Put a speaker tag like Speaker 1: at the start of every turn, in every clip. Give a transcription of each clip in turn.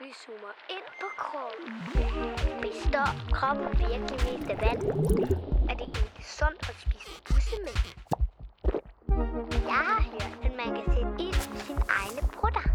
Speaker 1: Vi zoomer ind på kroppen. Består kroppen virkelig mest af vand? Er det egentlig sundt at spise bussemænd? Jeg har hørt, at man kan sætte ild i sine egne brutter.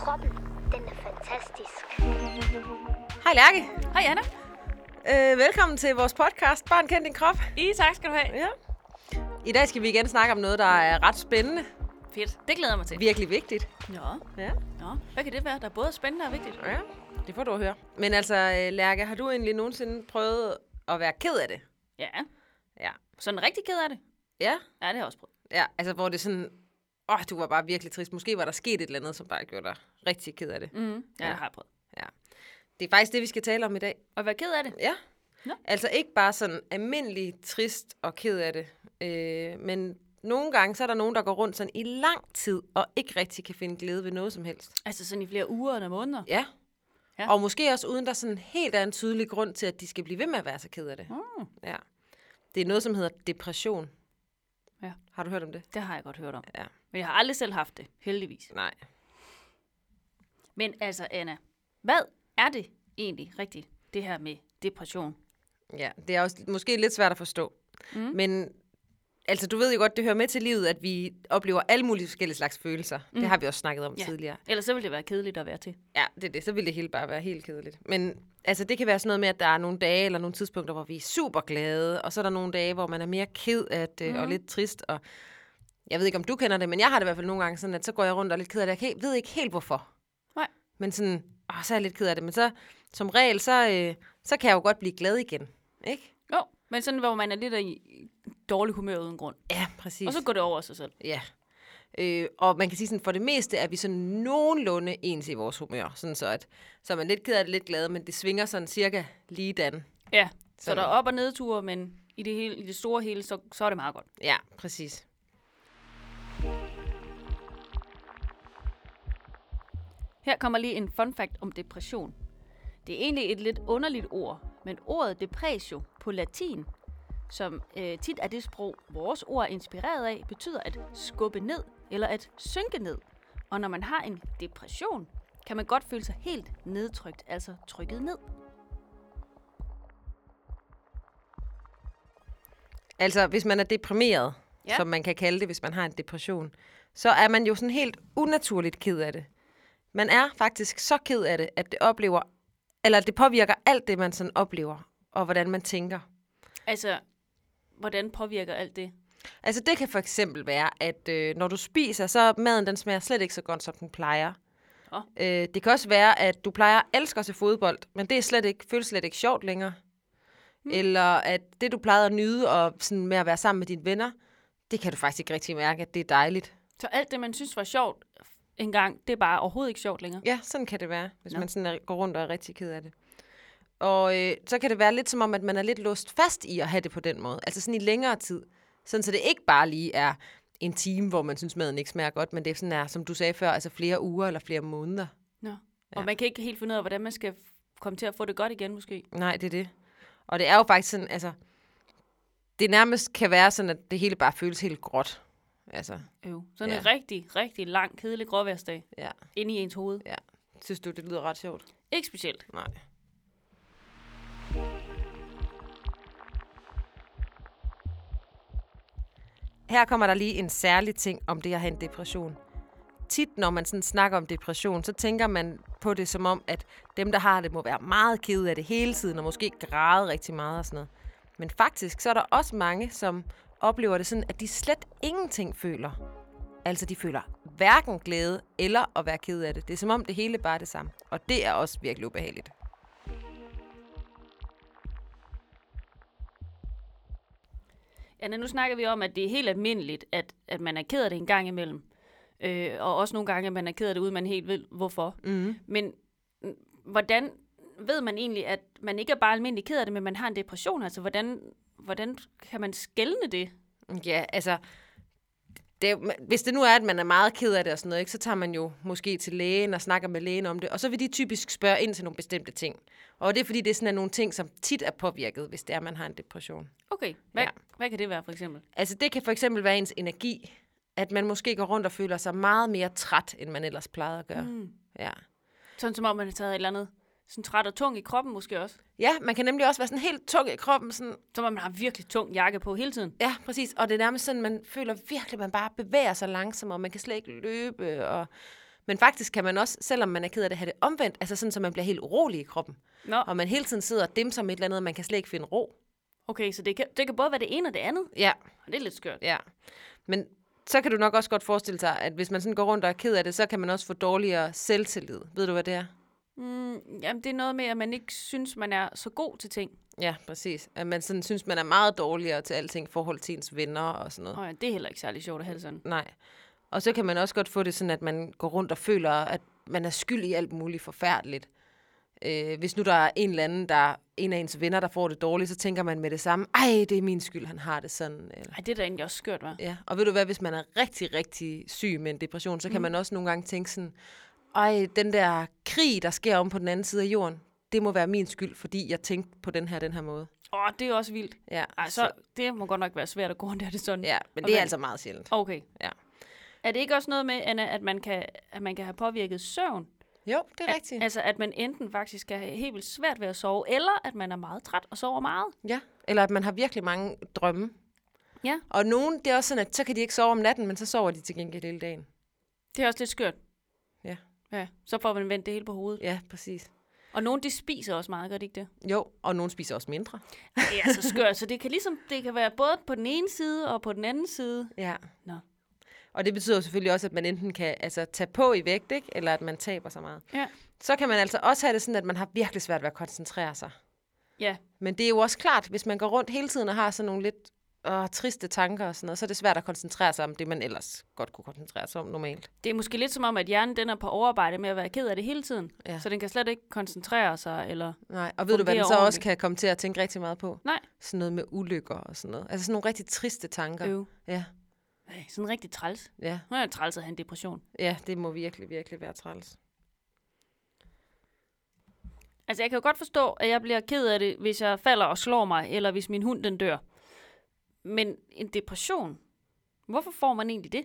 Speaker 1: Kroppen, den er fantastisk.
Speaker 2: Hej Lærke.
Speaker 3: Hej Anna.
Speaker 2: Øh, velkommen til vores podcast, Barn kendt din krop.
Speaker 3: I tak skal du have.
Speaker 2: Ja. I dag skal vi igen snakke om noget, der er ret spændende.
Speaker 3: Fedt. Det glæder jeg mig til.
Speaker 2: Virkelig vigtigt.
Speaker 3: Nå.
Speaker 2: Ja.
Speaker 3: Nå. Hvad kan det være, der er både spændende og vigtigt?
Speaker 2: ja. Det får du at høre. Men altså, øh, Lærke, har du egentlig nogensinde prøvet at være ked af det?
Speaker 3: Ja.
Speaker 2: Ja.
Speaker 3: Sådan rigtig ked af det?
Speaker 2: Ja.
Speaker 3: Ja, det har jeg også prøvet.
Speaker 2: Ja, altså hvor det er sådan, åh, oh, du var bare virkelig trist. Måske var der sket et eller andet, som bare gjorde dig rigtig ked af det.
Speaker 3: Mm. Ja,
Speaker 2: Ja.
Speaker 3: det har jeg prøvet.
Speaker 2: Det er faktisk det, vi skal tale om i dag.
Speaker 3: Og være ked af det?
Speaker 2: Ja.
Speaker 3: Nå.
Speaker 2: Altså ikke bare sådan almindelig trist og ked af det, øh, men nogle gange, så er der nogen, der går rundt sådan i lang tid, og ikke rigtig kan finde glæde ved noget som helst.
Speaker 3: Altså sådan i flere uger eller måneder?
Speaker 2: Ja.
Speaker 3: Ja.
Speaker 2: ja. Og måske også uden, der sådan helt er en tydelig grund til, at de skal blive ved med at være så ked af det.
Speaker 3: Mm.
Speaker 2: Ja. Det er noget, som hedder depression.
Speaker 3: Ja.
Speaker 2: Har du hørt om det?
Speaker 3: Det har jeg godt hørt om.
Speaker 2: Ja.
Speaker 3: Men jeg har aldrig selv haft det, heldigvis.
Speaker 2: Nej.
Speaker 3: Men altså, Anna, hvad er det egentlig rigtigt, det her med depression?
Speaker 2: Ja, det er også måske lidt svært at forstå. Mm. Men altså, du ved jo godt, det hører med til livet, at vi oplever alle mulige forskellige slags følelser. Mm. Det har vi også snakket om
Speaker 3: Ja.
Speaker 2: ja. tidligere.
Speaker 3: Ellers så ville det være kedeligt at være til.
Speaker 2: Ja, det er det. Så ville det hele bare være helt kedeligt. Men altså, det kan være sådan noget med, at der er nogle dage eller nogle tidspunkter, hvor vi er super glade, og så er der nogle dage, hvor man er mere ked af det,
Speaker 3: Mhm.
Speaker 2: mm. og lidt trist. Og jeg ved ikke, om du kender det, men jeg har det i hvert fald nogle gange sådan, at så går jeg rundt og er lidt ked af det. Jeg kan- ved ikke helt, hvorfor.
Speaker 3: Nej.
Speaker 2: Men sådan, åh, så er jeg lidt ked af det. Men så, som regel, så, øh, så kan jeg jo godt blive glad igen. Ikke?
Speaker 3: Jo, men sådan, hvor man er lidt i dårlig humør uden grund.
Speaker 2: Ja, præcis.
Speaker 3: Og så går det over af sig selv.
Speaker 2: Ja. Øh, og man kan sige, sådan, for det meste er vi sådan nogenlunde ens i vores humør. Sådan så, at, så er man lidt ked af det, lidt glad, men det svinger sådan cirka lige dan.
Speaker 3: Ja, så
Speaker 2: Sådan.
Speaker 3: der er op- og nedture, men i det, hele, i det store hele, så, så er det meget godt.
Speaker 2: Ja, præcis.
Speaker 3: Her kommer lige en fun fact om depression. Det er egentlig et lidt underligt ord, men ordet depressio på latin, som øh, tit er det sprog, vores ord er inspireret af, betyder at skubbe ned eller at synke ned. Og når man har en depression, kan man godt føle sig helt nedtrykt, altså trykket ned.
Speaker 2: Altså, hvis man er deprimeret,
Speaker 3: Ja.
Speaker 2: ja. som man kan kalde det, hvis man har en depression, så er man jo sådan helt unaturligt ked af det. Man er faktisk så ked af det, at det oplever, eller det påvirker alt det, man sådan oplever, og hvordan man tænker.
Speaker 3: Altså, hvordan påvirker alt det?
Speaker 2: Altså det kan for eksempel være, at øh, når du spiser, så maden den smager slet ikke så godt, som den plejer.
Speaker 3: Nå.
Speaker 2: Øh, det kan også være, at du plejer elsker til fodbold, men det er slet ikke, føles slet ikke sjovt længere. Mm. Eller at det, du plejede at nyde og sådan med at være sammen med dine venner, det kan du faktisk ikke rigtig mærke, at det er dejligt.
Speaker 3: Så alt det, man synes var sjovt engang, det er bare overhovedet ikke sjovt længere.
Speaker 2: Ja, sådan kan det være, hvis
Speaker 3: Nå.
Speaker 2: Nå. man sådan er, går rundt og er rigtig ked af det. Og øh, så kan det være lidt som om, at man er lidt låst fast i at have det på den måde. Altså sådan i længere tid. Sådan så det ikke bare lige er en time, hvor man synes, maden ikke smager godt, men det er sådan er, som du sagde før, altså flere uger eller flere måneder.
Speaker 3: Nå. Og man kan ikke helt finde ud af, hvordan man skal komme til at få det godt igen, måske.
Speaker 2: Nej, det er det. Og det er jo faktisk sådan, altså, det nærmest kan være sådan, at det hele bare føles helt gråt. Altså,
Speaker 3: Jo. Sådan en
Speaker 2: Ja.
Speaker 3: rigtig, rigtig lang, kedelig gråværsdag
Speaker 2: ja.
Speaker 3: inde i ens hoved.
Speaker 2: Synes du, det lyder ret sjovt?
Speaker 3: Ikke specielt.
Speaker 2: Nej. Her kommer der lige en særlig ting om det at have en depression. Tit, når man sådan snakker om depression, så tænker man på det som om, at dem, der har det, må være meget kede af det hele tiden, og måske græde rigtig meget og sådan noget. Men faktisk, så er der også mange, som oplever det sådan, at de slet ingenting føler. Altså, de føler hverken glæde eller at være ked af det. Det er som om, det hele bare er det samme. Og det er også virkelig ubehageligt.
Speaker 3: Anna, nu snakker vi om, at det er helt almindeligt, at, at man er ked af det en gang imellem. Øh, og også nogle gange, at man er ked af det, uden man helt ved, hvorfor.
Speaker 2: Mm.
Speaker 3: Men mm, hvordan ved man egentlig, at man ikke er bare almindelig ked af det, men man har en depression? Altså, hvordan, hvordan kan man skælne det?
Speaker 2: Ja, altså... Det, hvis det nu er, at man er meget ked af det og sådan noget, ikke, så tager man jo måske til lægen og snakker med lægen om det, og så vil de typisk spørge ind til nogle bestemte ting. Og det er fordi, det er sådan er nogle ting, som tit er påvirket, hvis det er, at man har en depression.
Speaker 3: Okay, hvad, ja.
Speaker 2: Ja.
Speaker 3: hvad kan det være, for eksempel?
Speaker 2: Altså det kan for eksempel være ens energi, at man måske går rundt og føler sig meget mere træt, end man ellers plejede at gøre. Mm. Ja.
Speaker 3: Sådan som om man har taget et eller andet sådan træt og tung i kroppen måske også.
Speaker 2: Ja, man kan nemlig også være sådan helt tung i kroppen. Sådan,
Speaker 3: Som om man har virkelig tung jakke på hele tiden.
Speaker 2: ja, præcis. Og det er nærmest sådan, man føler virkelig, at man bare bevæger sig langsommere. Man kan slet ikke løbe. Og... Men faktisk kan man også, selvom man er ked af det, have det omvendt. Altså sådan, så man bliver helt urolig i kroppen.
Speaker 3: Nå,
Speaker 2: Og man hele tiden sidder og dimser med et eller andet, og man kan slet ikke finde ro.
Speaker 3: okay, så det kan, det kan både være det ene og det andet.
Speaker 2: Ja,
Speaker 3: Og det er lidt skørt.
Speaker 2: ja. Men så kan du nok også godt forestille sig, at hvis man sådan går rundt og er ked af det, så kan man også få dårligere selvtillid. Ved du, hvad det er?
Speaker 3: Mm, jamen, det er noget med, at man ikke synes, man er så god til ting.
Speaker 2: Ja, præcis. At man sådan synes, man er meget dårligere til alting i forhold til ens venner og sådan noget.
Speaker 3: Og ja, det er heller ikke særlig sjovt at have det sådan.
Speaker 2: Nej. Og så kan man også godt få det sådan, at man går rundt og føler, at man er skyld i alt muligt forfærdeligt. Øh, hvis nu der er en eller anden, der en af ens venner, der får det dårligt, så tænker man med det samme, ej, det er min skyld, han har det sådan. Eller,
Speaker 3: Ej, det er da egentlig også skørt, hva'?
Speaker 2: ja. Og ved du hvad, hvis man er rigtig, rigtig syg med en depression, så kan
Speaker 3: Mm.
Speaker 2: man også nogle gange tænke sådan, ej, den der krig, der sker om på den anden side af jorden, det må være min skyld, fordi jeg tænkte på den her, den her måde.
Speaker 3: Åh, det er også vildt.
Speaker 2: Ja,
Speaker 3: Ej, så det må godt nok være svært at gå rundt af det sådan.
Speaker 2: ja men
Speaker 3: Og
Speaker 2: det er
Speaker 3: hvad-
Speaker 2: altså meget sjældent.
Speaker 3: Okay.
Speaker 2: Ja.
Speaker 3: Er det ikke også noget med, Anna, at man kan, at man kan have påvirket søvn?
Speaker 2: Jo, det er
Speaker 3: At-
Speaker 2: rigtigt.
Speaker 3: Altså, at man enten faktisk kan have helt vildt svært ved at sove, eller at man er meget træt og sover meget.
Speaker 2: Ja, eller at man har virkelig mange drømme.
Speaker 3: Ja.
Speaker 2: Og nogen, det er også sådan, at så kan de ikke sove om natten, men så sover de til gengæld hele dagen.
Speaker 3: Det er også lidt skørt.
Speaker 2: Ja.
Speaker 3: Ja, så får man vendt det hele på hovedet.
Speaker 2: Ja, præcis.
Speaker 3: Og nogen, de spiser også meget, gør de ikke det?
Speaker 2: Jo, og nogen spiser også mindre.
Speaker 3: Det er så skørt, så det kan ligesom, det kan være både på den ene side og på den anden side.
Speaker 2: Ja.
Speaker 3: Nå.
Speaker 2: Og det betyder jo selvfølgelig også, at man enten kan altså, tage på i vægt, ikke? eller at man taber så meget.
Speaker 3: Ja.
Speaker 2: Så kan man altså også have det sådan, at man har virkelig svært ved at koncentrere sig.
Speaker 3: Ja,
Speaker 2: Men det er jo også klart, hvis man går rundt hele tiden og har sådan nogle lidt åh, triste tanker og sådan noget, så er det svært at koncentrere sig om det, man ellers godt kunne koncentrere sig om normalt.
Speaker 3: det er måske lidt som om, at hjernen den er på overarbejde med at være ked af det hele tiden.
Speaker 2: Ja.
Speaker 3: Så den kan slet ikke koncentrere sig, eller...
Speaker 2: Nej, og ved du, hvad den
Speaker 3: Fungerer
Speaker 2: så også
Speaker 3: ordentligt.
Speaker 2: kan komme til at tænke rigtig meget på?
Speaker 3: Nej.
Speaker 2: sådan noget med ulykker og sådan noget. Altså sådan nogle rigtig triste tanker.
Speaker 3: Øv.
Speaker 2: Ja,
Speaker 3: Ej, sådan rigtig træls.
Speaker 2: ja,
Speaker 3: Nu er jeg træls at have en depression.
Speaker 2: ja, det må virkelig, virkelig være træls.
Speaker 3: Altså, jeg kan jo godt forstå, at jeg bliver ked af det, hvis jeg falder og slår mig, eller hvis min hund den dør. Men en depression? Hvorfor får man egentlig det?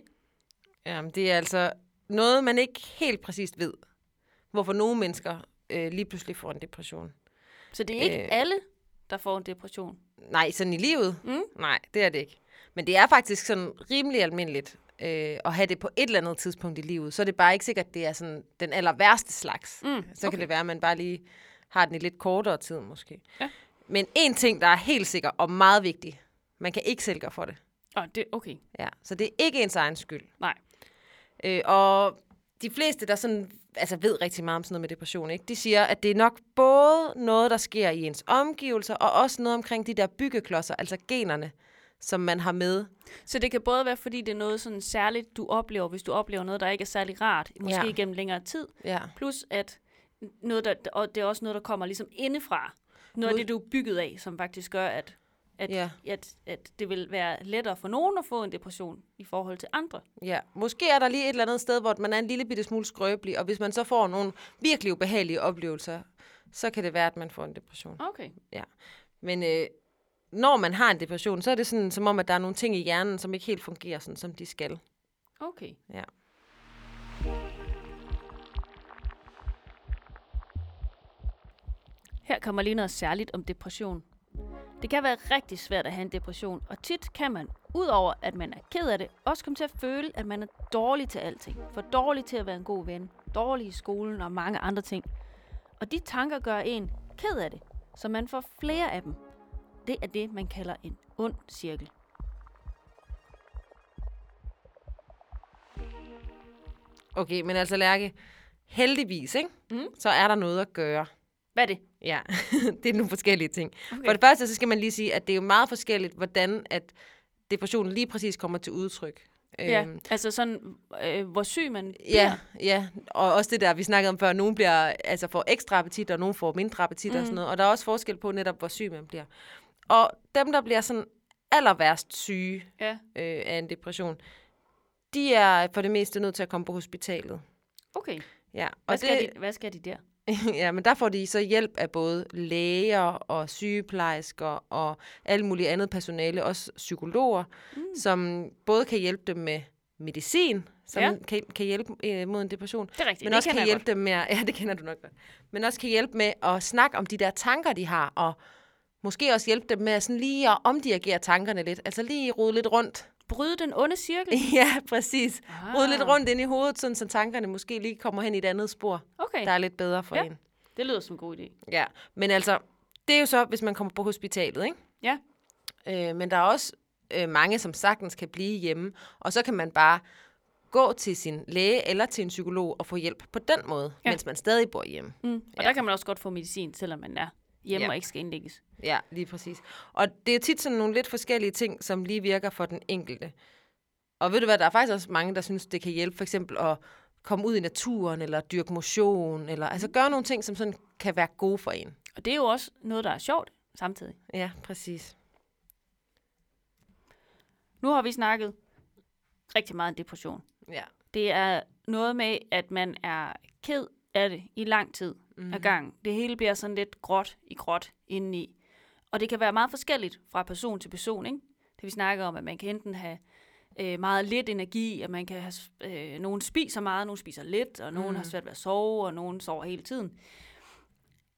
Speaker 2: Jamen, det er altså noget, man ikke helt præcist ved, hvorfor nogle mennesker øh, lige pludselig får en depression.
Speaker 3: Så det er ikke
Speaker 2: Øh.
Speaker 3: øh. alle, der får en depression.
Speaker 2: Nej, sådan i livet?
Speaker 3: Mm.
Speaker 2: Nej, det er det ikke. Men det er faktisk sådan rimelig almindeligt øh, at have det på et eller andet tidspunkt i livet. Så er det bare ikke sikkert, at det er sådan den aller værste slags.
Speaker 3: Mm,
Speaker 2: Så kan det være, at man bare lige har den i lidt kortere tid måske.
Speaker 3: Ja.
Speaker 2: Men en ting, der er helt sikker og meget vigtig, man kan ikke selv gøre for det.
Speaker 3: Åh, det, okay.
Speaker 2: Ja, så det er ikke ens egen skyld.
Speaker 3: Nej.
Speaker 2: Øh, og de fleste, der sådan, altså ved rigtig meget om sådan noget med depression, ikke? de siger, at det er nok både noget, der sker i ens omgivelser, og også noget omkring de der byggeklodser, altså generne, som man har med.
Speaker 3: Så det kan både være, fordi det er noget sådan særligt, du oplever, hvis du oplever noget, der ikke er særlig rart, måske
Speaker 2: Ja.
Speaker 3: ja. gennem længere tid,
Speaker 2: Ja.
Speaker 3: plus at noget, der, og det er også noget, der kommer ligesom indefra. Noget af
Speaker 2: Noget-
Speaker 3: det, du er bygget af, som faktisk gør, at, at,
Speaker 2: Ja.
Speaker 3: ja. at, at det vil være lettere for nogen at få en depression i forhold til andre.
Speaker 2: ja. Måske er der lige et eller andet sted, hvor man er en lille bitte smule skrøbelig, og hvis man så får nogle virkelig ubehagelige oplevelser, så kan det være, at man får en depression.
Speaker 3: Okay.
Speaker 2: Ja. Men øh, når man har en depression, så er det sådan, som om, at der er nogle ting i hjernen, som ikke helt fungerer, sådan, som de skal.
Speaker 3: Okay.
Speaker 2: Ja.
Speaker 3: Her kommer lige noget særligt om depression. Det kan være rigtig svært at have en depression, og tit kan man, udover at man er ked af det, også komme til at føle, at man er dårlig til alting. For dårlig til at være en god ven, dårlig i skolen og mange andre ting. Og de tanker gør en ked af det, så man får flere af dem. Det er det, man kalder en ond cirkel.
Speaker 2: Okay, men altså Lærke, heldigvis, ikke? Mm. så er der noget at gøre.
Speaker 3: Hvad er det?
Speaker 2: Ja, det er nogle forskellige ting. Okay. For
Speaker 3: Okay.
Speaker 2: det første, så skal man lige sige, at det er jo meget forskelligt, hvordan at depressionen lige præcis kommer til udtryk.
Speaker 3: Ja,
Speaker 2: Øhm,
Speaker 3: altså sådan, øh, hvor syg man bliver.
Speaker 2: ja, ja, og også det der, vi snakkede om før, nogen bliver, altså får ekstra appetit, og nogen får mindre appetit mm. og sådan noget. Og der er også forskel på netop, hvor syg man bliver. Og dem, der bliver sådan aller værst syge
Speaker 3: ja.
Speaker 2: øh, af en depression, de er for det meste nødt til at komme på hospitalet.
Speaker 3: Okay.
Speaker 2: Ja,
Speaker 3: Hvad, skal de, hvad skal de der?
Speaker 2: Ja, men der får de så hjælp af både læger og sygeplejersker og alt muligt andet personale, også psykologer, mm. som både kan hjælpe dem med medicin, som
Speaker 3: Ja.
Speaker 2: ja. kan, kan hjælpe øh, mod en depression.
Speaker 3: Det er rigtigt.
Speaker 2: Men
Speaker 3: det
Speaker 2: også
Speaker 3: kender
Speaker 2: kan
Speaker 3: jeg
Speaker 2: hjælpe dem med, at, ja, det kender du nok godt. Men også kan hjælpe med at snakke om de der tanker, de har, og måske også hjælpe dem med at sådan lige at omdirigere tankerne lidt. Altså lige rode lidt rundt.
Speaker 3: Godt. Bryde den onde cirkel.
Speaker 2: ja, præcis. Rode lidt
Speaker 3: Ah.
Speaker 2: rundt ind i hovedet, sådan, så tankerne måske lige kommer hen i et andet spor,
Speaker 3: Okay,
Speaker 2: der er lidt bedre for
Speaker 3: Ja.
Speaker 2: ja. en.
Speaker 3: det lyder som en god idé.
Speaker 2: Ja, men altså, det er jo så, hvis man kommer på hospitalet, ikke?
Speaker 3: Ja,
Speaker 2: Øh, men der er også øh, mange, som sagtens kan blive hjemme, og så kan man bare gå til sin læge eller til en psykolog og få hjælp på den måde,
Speaker 3: Ja.
Speaker 2: ja. mens man stadig bor hjemme.
Speaker 3: mm. og ja. der kan man også godt få medicin, selvom man er hjemme ja.
Speaker 2: Ja.
Speaker 3: og ikke skal indlægges.
Speaker 2: Ja, lige præcis. Og det er tit sådan nogle lidt forskellige ting, som lige virker for den enkelte. Og ved du hvad, der er faktisk også mange, der synes, det kan hjælpe for eksempel at komme ud i naturen, eller dyrke motion, eller altså gøre nogle ting, som sådan kan være gode for en.
Speaker 3: Og det er jo også noget, der er sjovt samtidig.
Speaker 2: Ja, præcis.
Speaker 3: Nu har vi snakket rigtig meget om depression.
Speaker 2: Ja.
Speaker 3: Det er noget med, at man er ked af det i lang tid mm. ad gang. Det hele bliver sådan lidt gråt i gråt indeni. Og det kan være meget forskelligt fra person til person, ikke? Det vi snakker om, at man kan enten have øh, meget lidt energi, og man kan have, s- øh, nogen spiser meget, nogen spiser lidt, og nogen har svært ved at sove, og nogen sover hele tiden.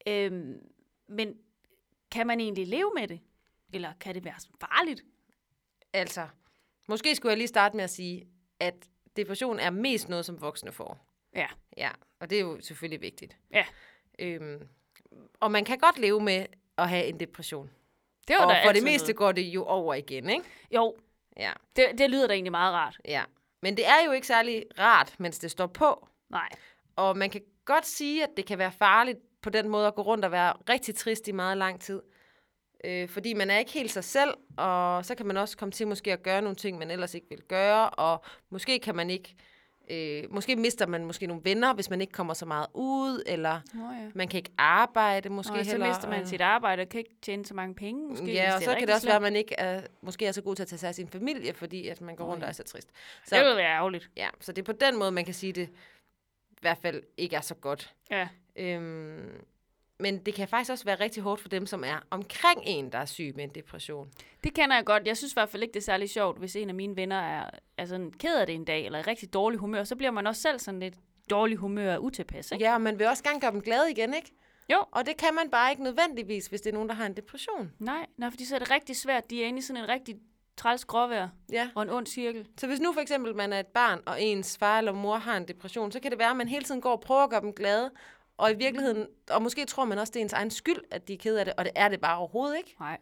Speaker 3: Øhm, men kan man egentlig leve med det? Eller kan det være sådan farligt?
Speaker 2: Altså, måske skulle jeg lige starte med at sige, at depression er mest noget, som voksne får.
Speaker 3: Ja,
Speaker 2: Ja, og det er jo selvfølgelig vigtigt.
Speaker 3: ja.
Speaker 2: Øhm, og man kan godt leve med at have en depression.
Speaker 3: Det var
Speaker 2: Og
Speaker 3: da
Speaker 2: for det
Speaker 3: altid
Speaker 2: meste
Speaker 3: noget.
Speaker 2: går det jo over igen, ikke?
Speaker 3: Jo,
Speaker 2: Ja,
Speaker 3: det, det lyder da egentlig meget rart.
Speaker 2: ja. Men det er jo ikke særlig rart, mens det står på.
Speaker 3: Nej.
Speaker 2: Og man kan godt sige, at det kan være farligt på den måde at gå rundt og være rigtig trist i meget lang tid. Øh, fordi man er ikke helt sig selv, og så kan man også komme til måske at gøre nogle ting, man ellers ikke vil gøre, og måske kan man ikke... Øh, måske mister man måske nogle venner, hvis man ikke kommer så meget ud, eller
Speaker 3: Oh, ja.
Speaker 2: man kan ikke arbejde måske
Speaker 3: Måske og så
Speaker 2: heller.
Speaker 3: mister man
Speaker 2: og-
Speaker 3: sit arbejde og kan ikke tjene så mange penge. Måske,
Speaker 2: Ja,
Speaker 3: hvis
Speaker 2: og
Speaker 3: er
Speaker 2: så kan
Speaker 3: rigtig
Speaker 2: det også være, at
Speaker 3: slemt.
Speaker 2: man ikke er, måske er så god til at tage sig af sin familie, fordi at man går rundt og er så trist.
Speaker 3: Det
Speaker 2: Så,
Speaker 3: ville være ærgerligt.
Speaker 2: ja, så det er på den måde, man kan sige, det i hvert fald ikke er så godt.
Speaker 3: Ja.
Speaker 2: Øhm, men det kan faktisk også være rigtig hårdt for dem, som er omkring en, der er syg med en depression.
Speaker 3: Det kender jeg godt. Jeg synes i hvert fald ikke, det er særlig sjovt, hvis en af mine venner er, er sådan ked af det en dag, eller i rigtig dårlig humør, så bliver man også selv sådan lidt dårlig humør og utilpas, ikke?
Speaker 2: Ja, og man vil også gerne gøre dem glade igen, ikke?
Speaker 3: Jo.
Speaker 2: Og det kan man bare ikke nødvendigvis, hvis det er nogen, der har en depression.
Speaker 3: Nej, nej, fordi så er det rigtig svært. De er inde i sådan en rigtig træls gråvejr
Speaker 2: Ja.
Speaker 3: og en ond cirkel.
Speaker 2: Så hvis nu for eksempel man er et barn, og ens far eller mor har en depression, så kan det være, at man hele tiden går og prøver at gøre dem glade, og i virkeligheden, og måske tror man også, det er ens egen skyld, at de er ked af det, og det er det bare overhovedet ikke.
Speaker 3: Nej.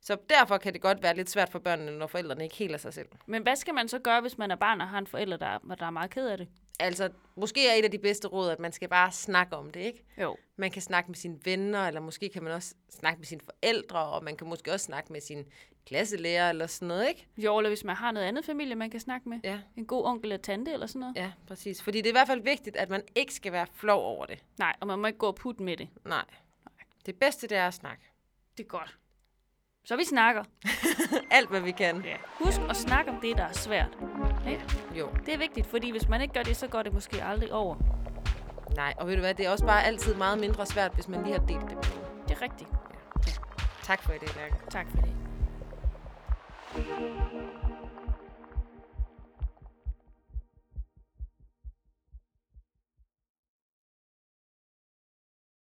Speaker 2: Så derfor kan det godt være lidt svært for børnene, når forældrene ikke heler sig selv.
Speaker 3: Men hvad skal man så gøre, hvis man er barn og har en forælder, der, er- der er meget ked af det?
Speaker 2: Altså, måske er et af de bedste råd, at man skal bare snakke om det, ikke?
Speaker 3: Jo.
Speaker 2: Man kan snakke med sine venner, eller måske kan man også snakke med sine forældre, og man kan måske også snakke med sin klasselærer eller sådan noget, ikke?
Speaker 3: Jo, eller hvis man har noget andet familie, man kan snakke med.
Speaker 2: Ja.
Speaker 3: En god onkel eller tante eller sådan noget.
Speaker 2: Ja, præcis. Fordi det er i hvert fald vigtigt, at man ikke skal være flov over det.
Speaker 3: Nej, og man må ikke gå og putte med det.
Speaker 2: Nej. Det bedste, det er at snakke.
Speaker 3: Det er godt. Så vi snakker.
Speaker 2: Alt, hvad vi kan.
Speaker 3: Ja. Husk at snakke om det, der er svært. Ja.
Speaker 2: Jo,
Speaker 3: Det er vigtigt, fordi hvis man ikke gør det, så går det måske aldrig over.
Speaker 2: nej. Og ved du hvad, det er også bare altid meget mindre svært, hvis man lige har delt det. med nogen.
Speaker 3: Det er rigtigt.
Speaker 2: Tak for i dag, Lærke.
Speaker 3: Tak for det.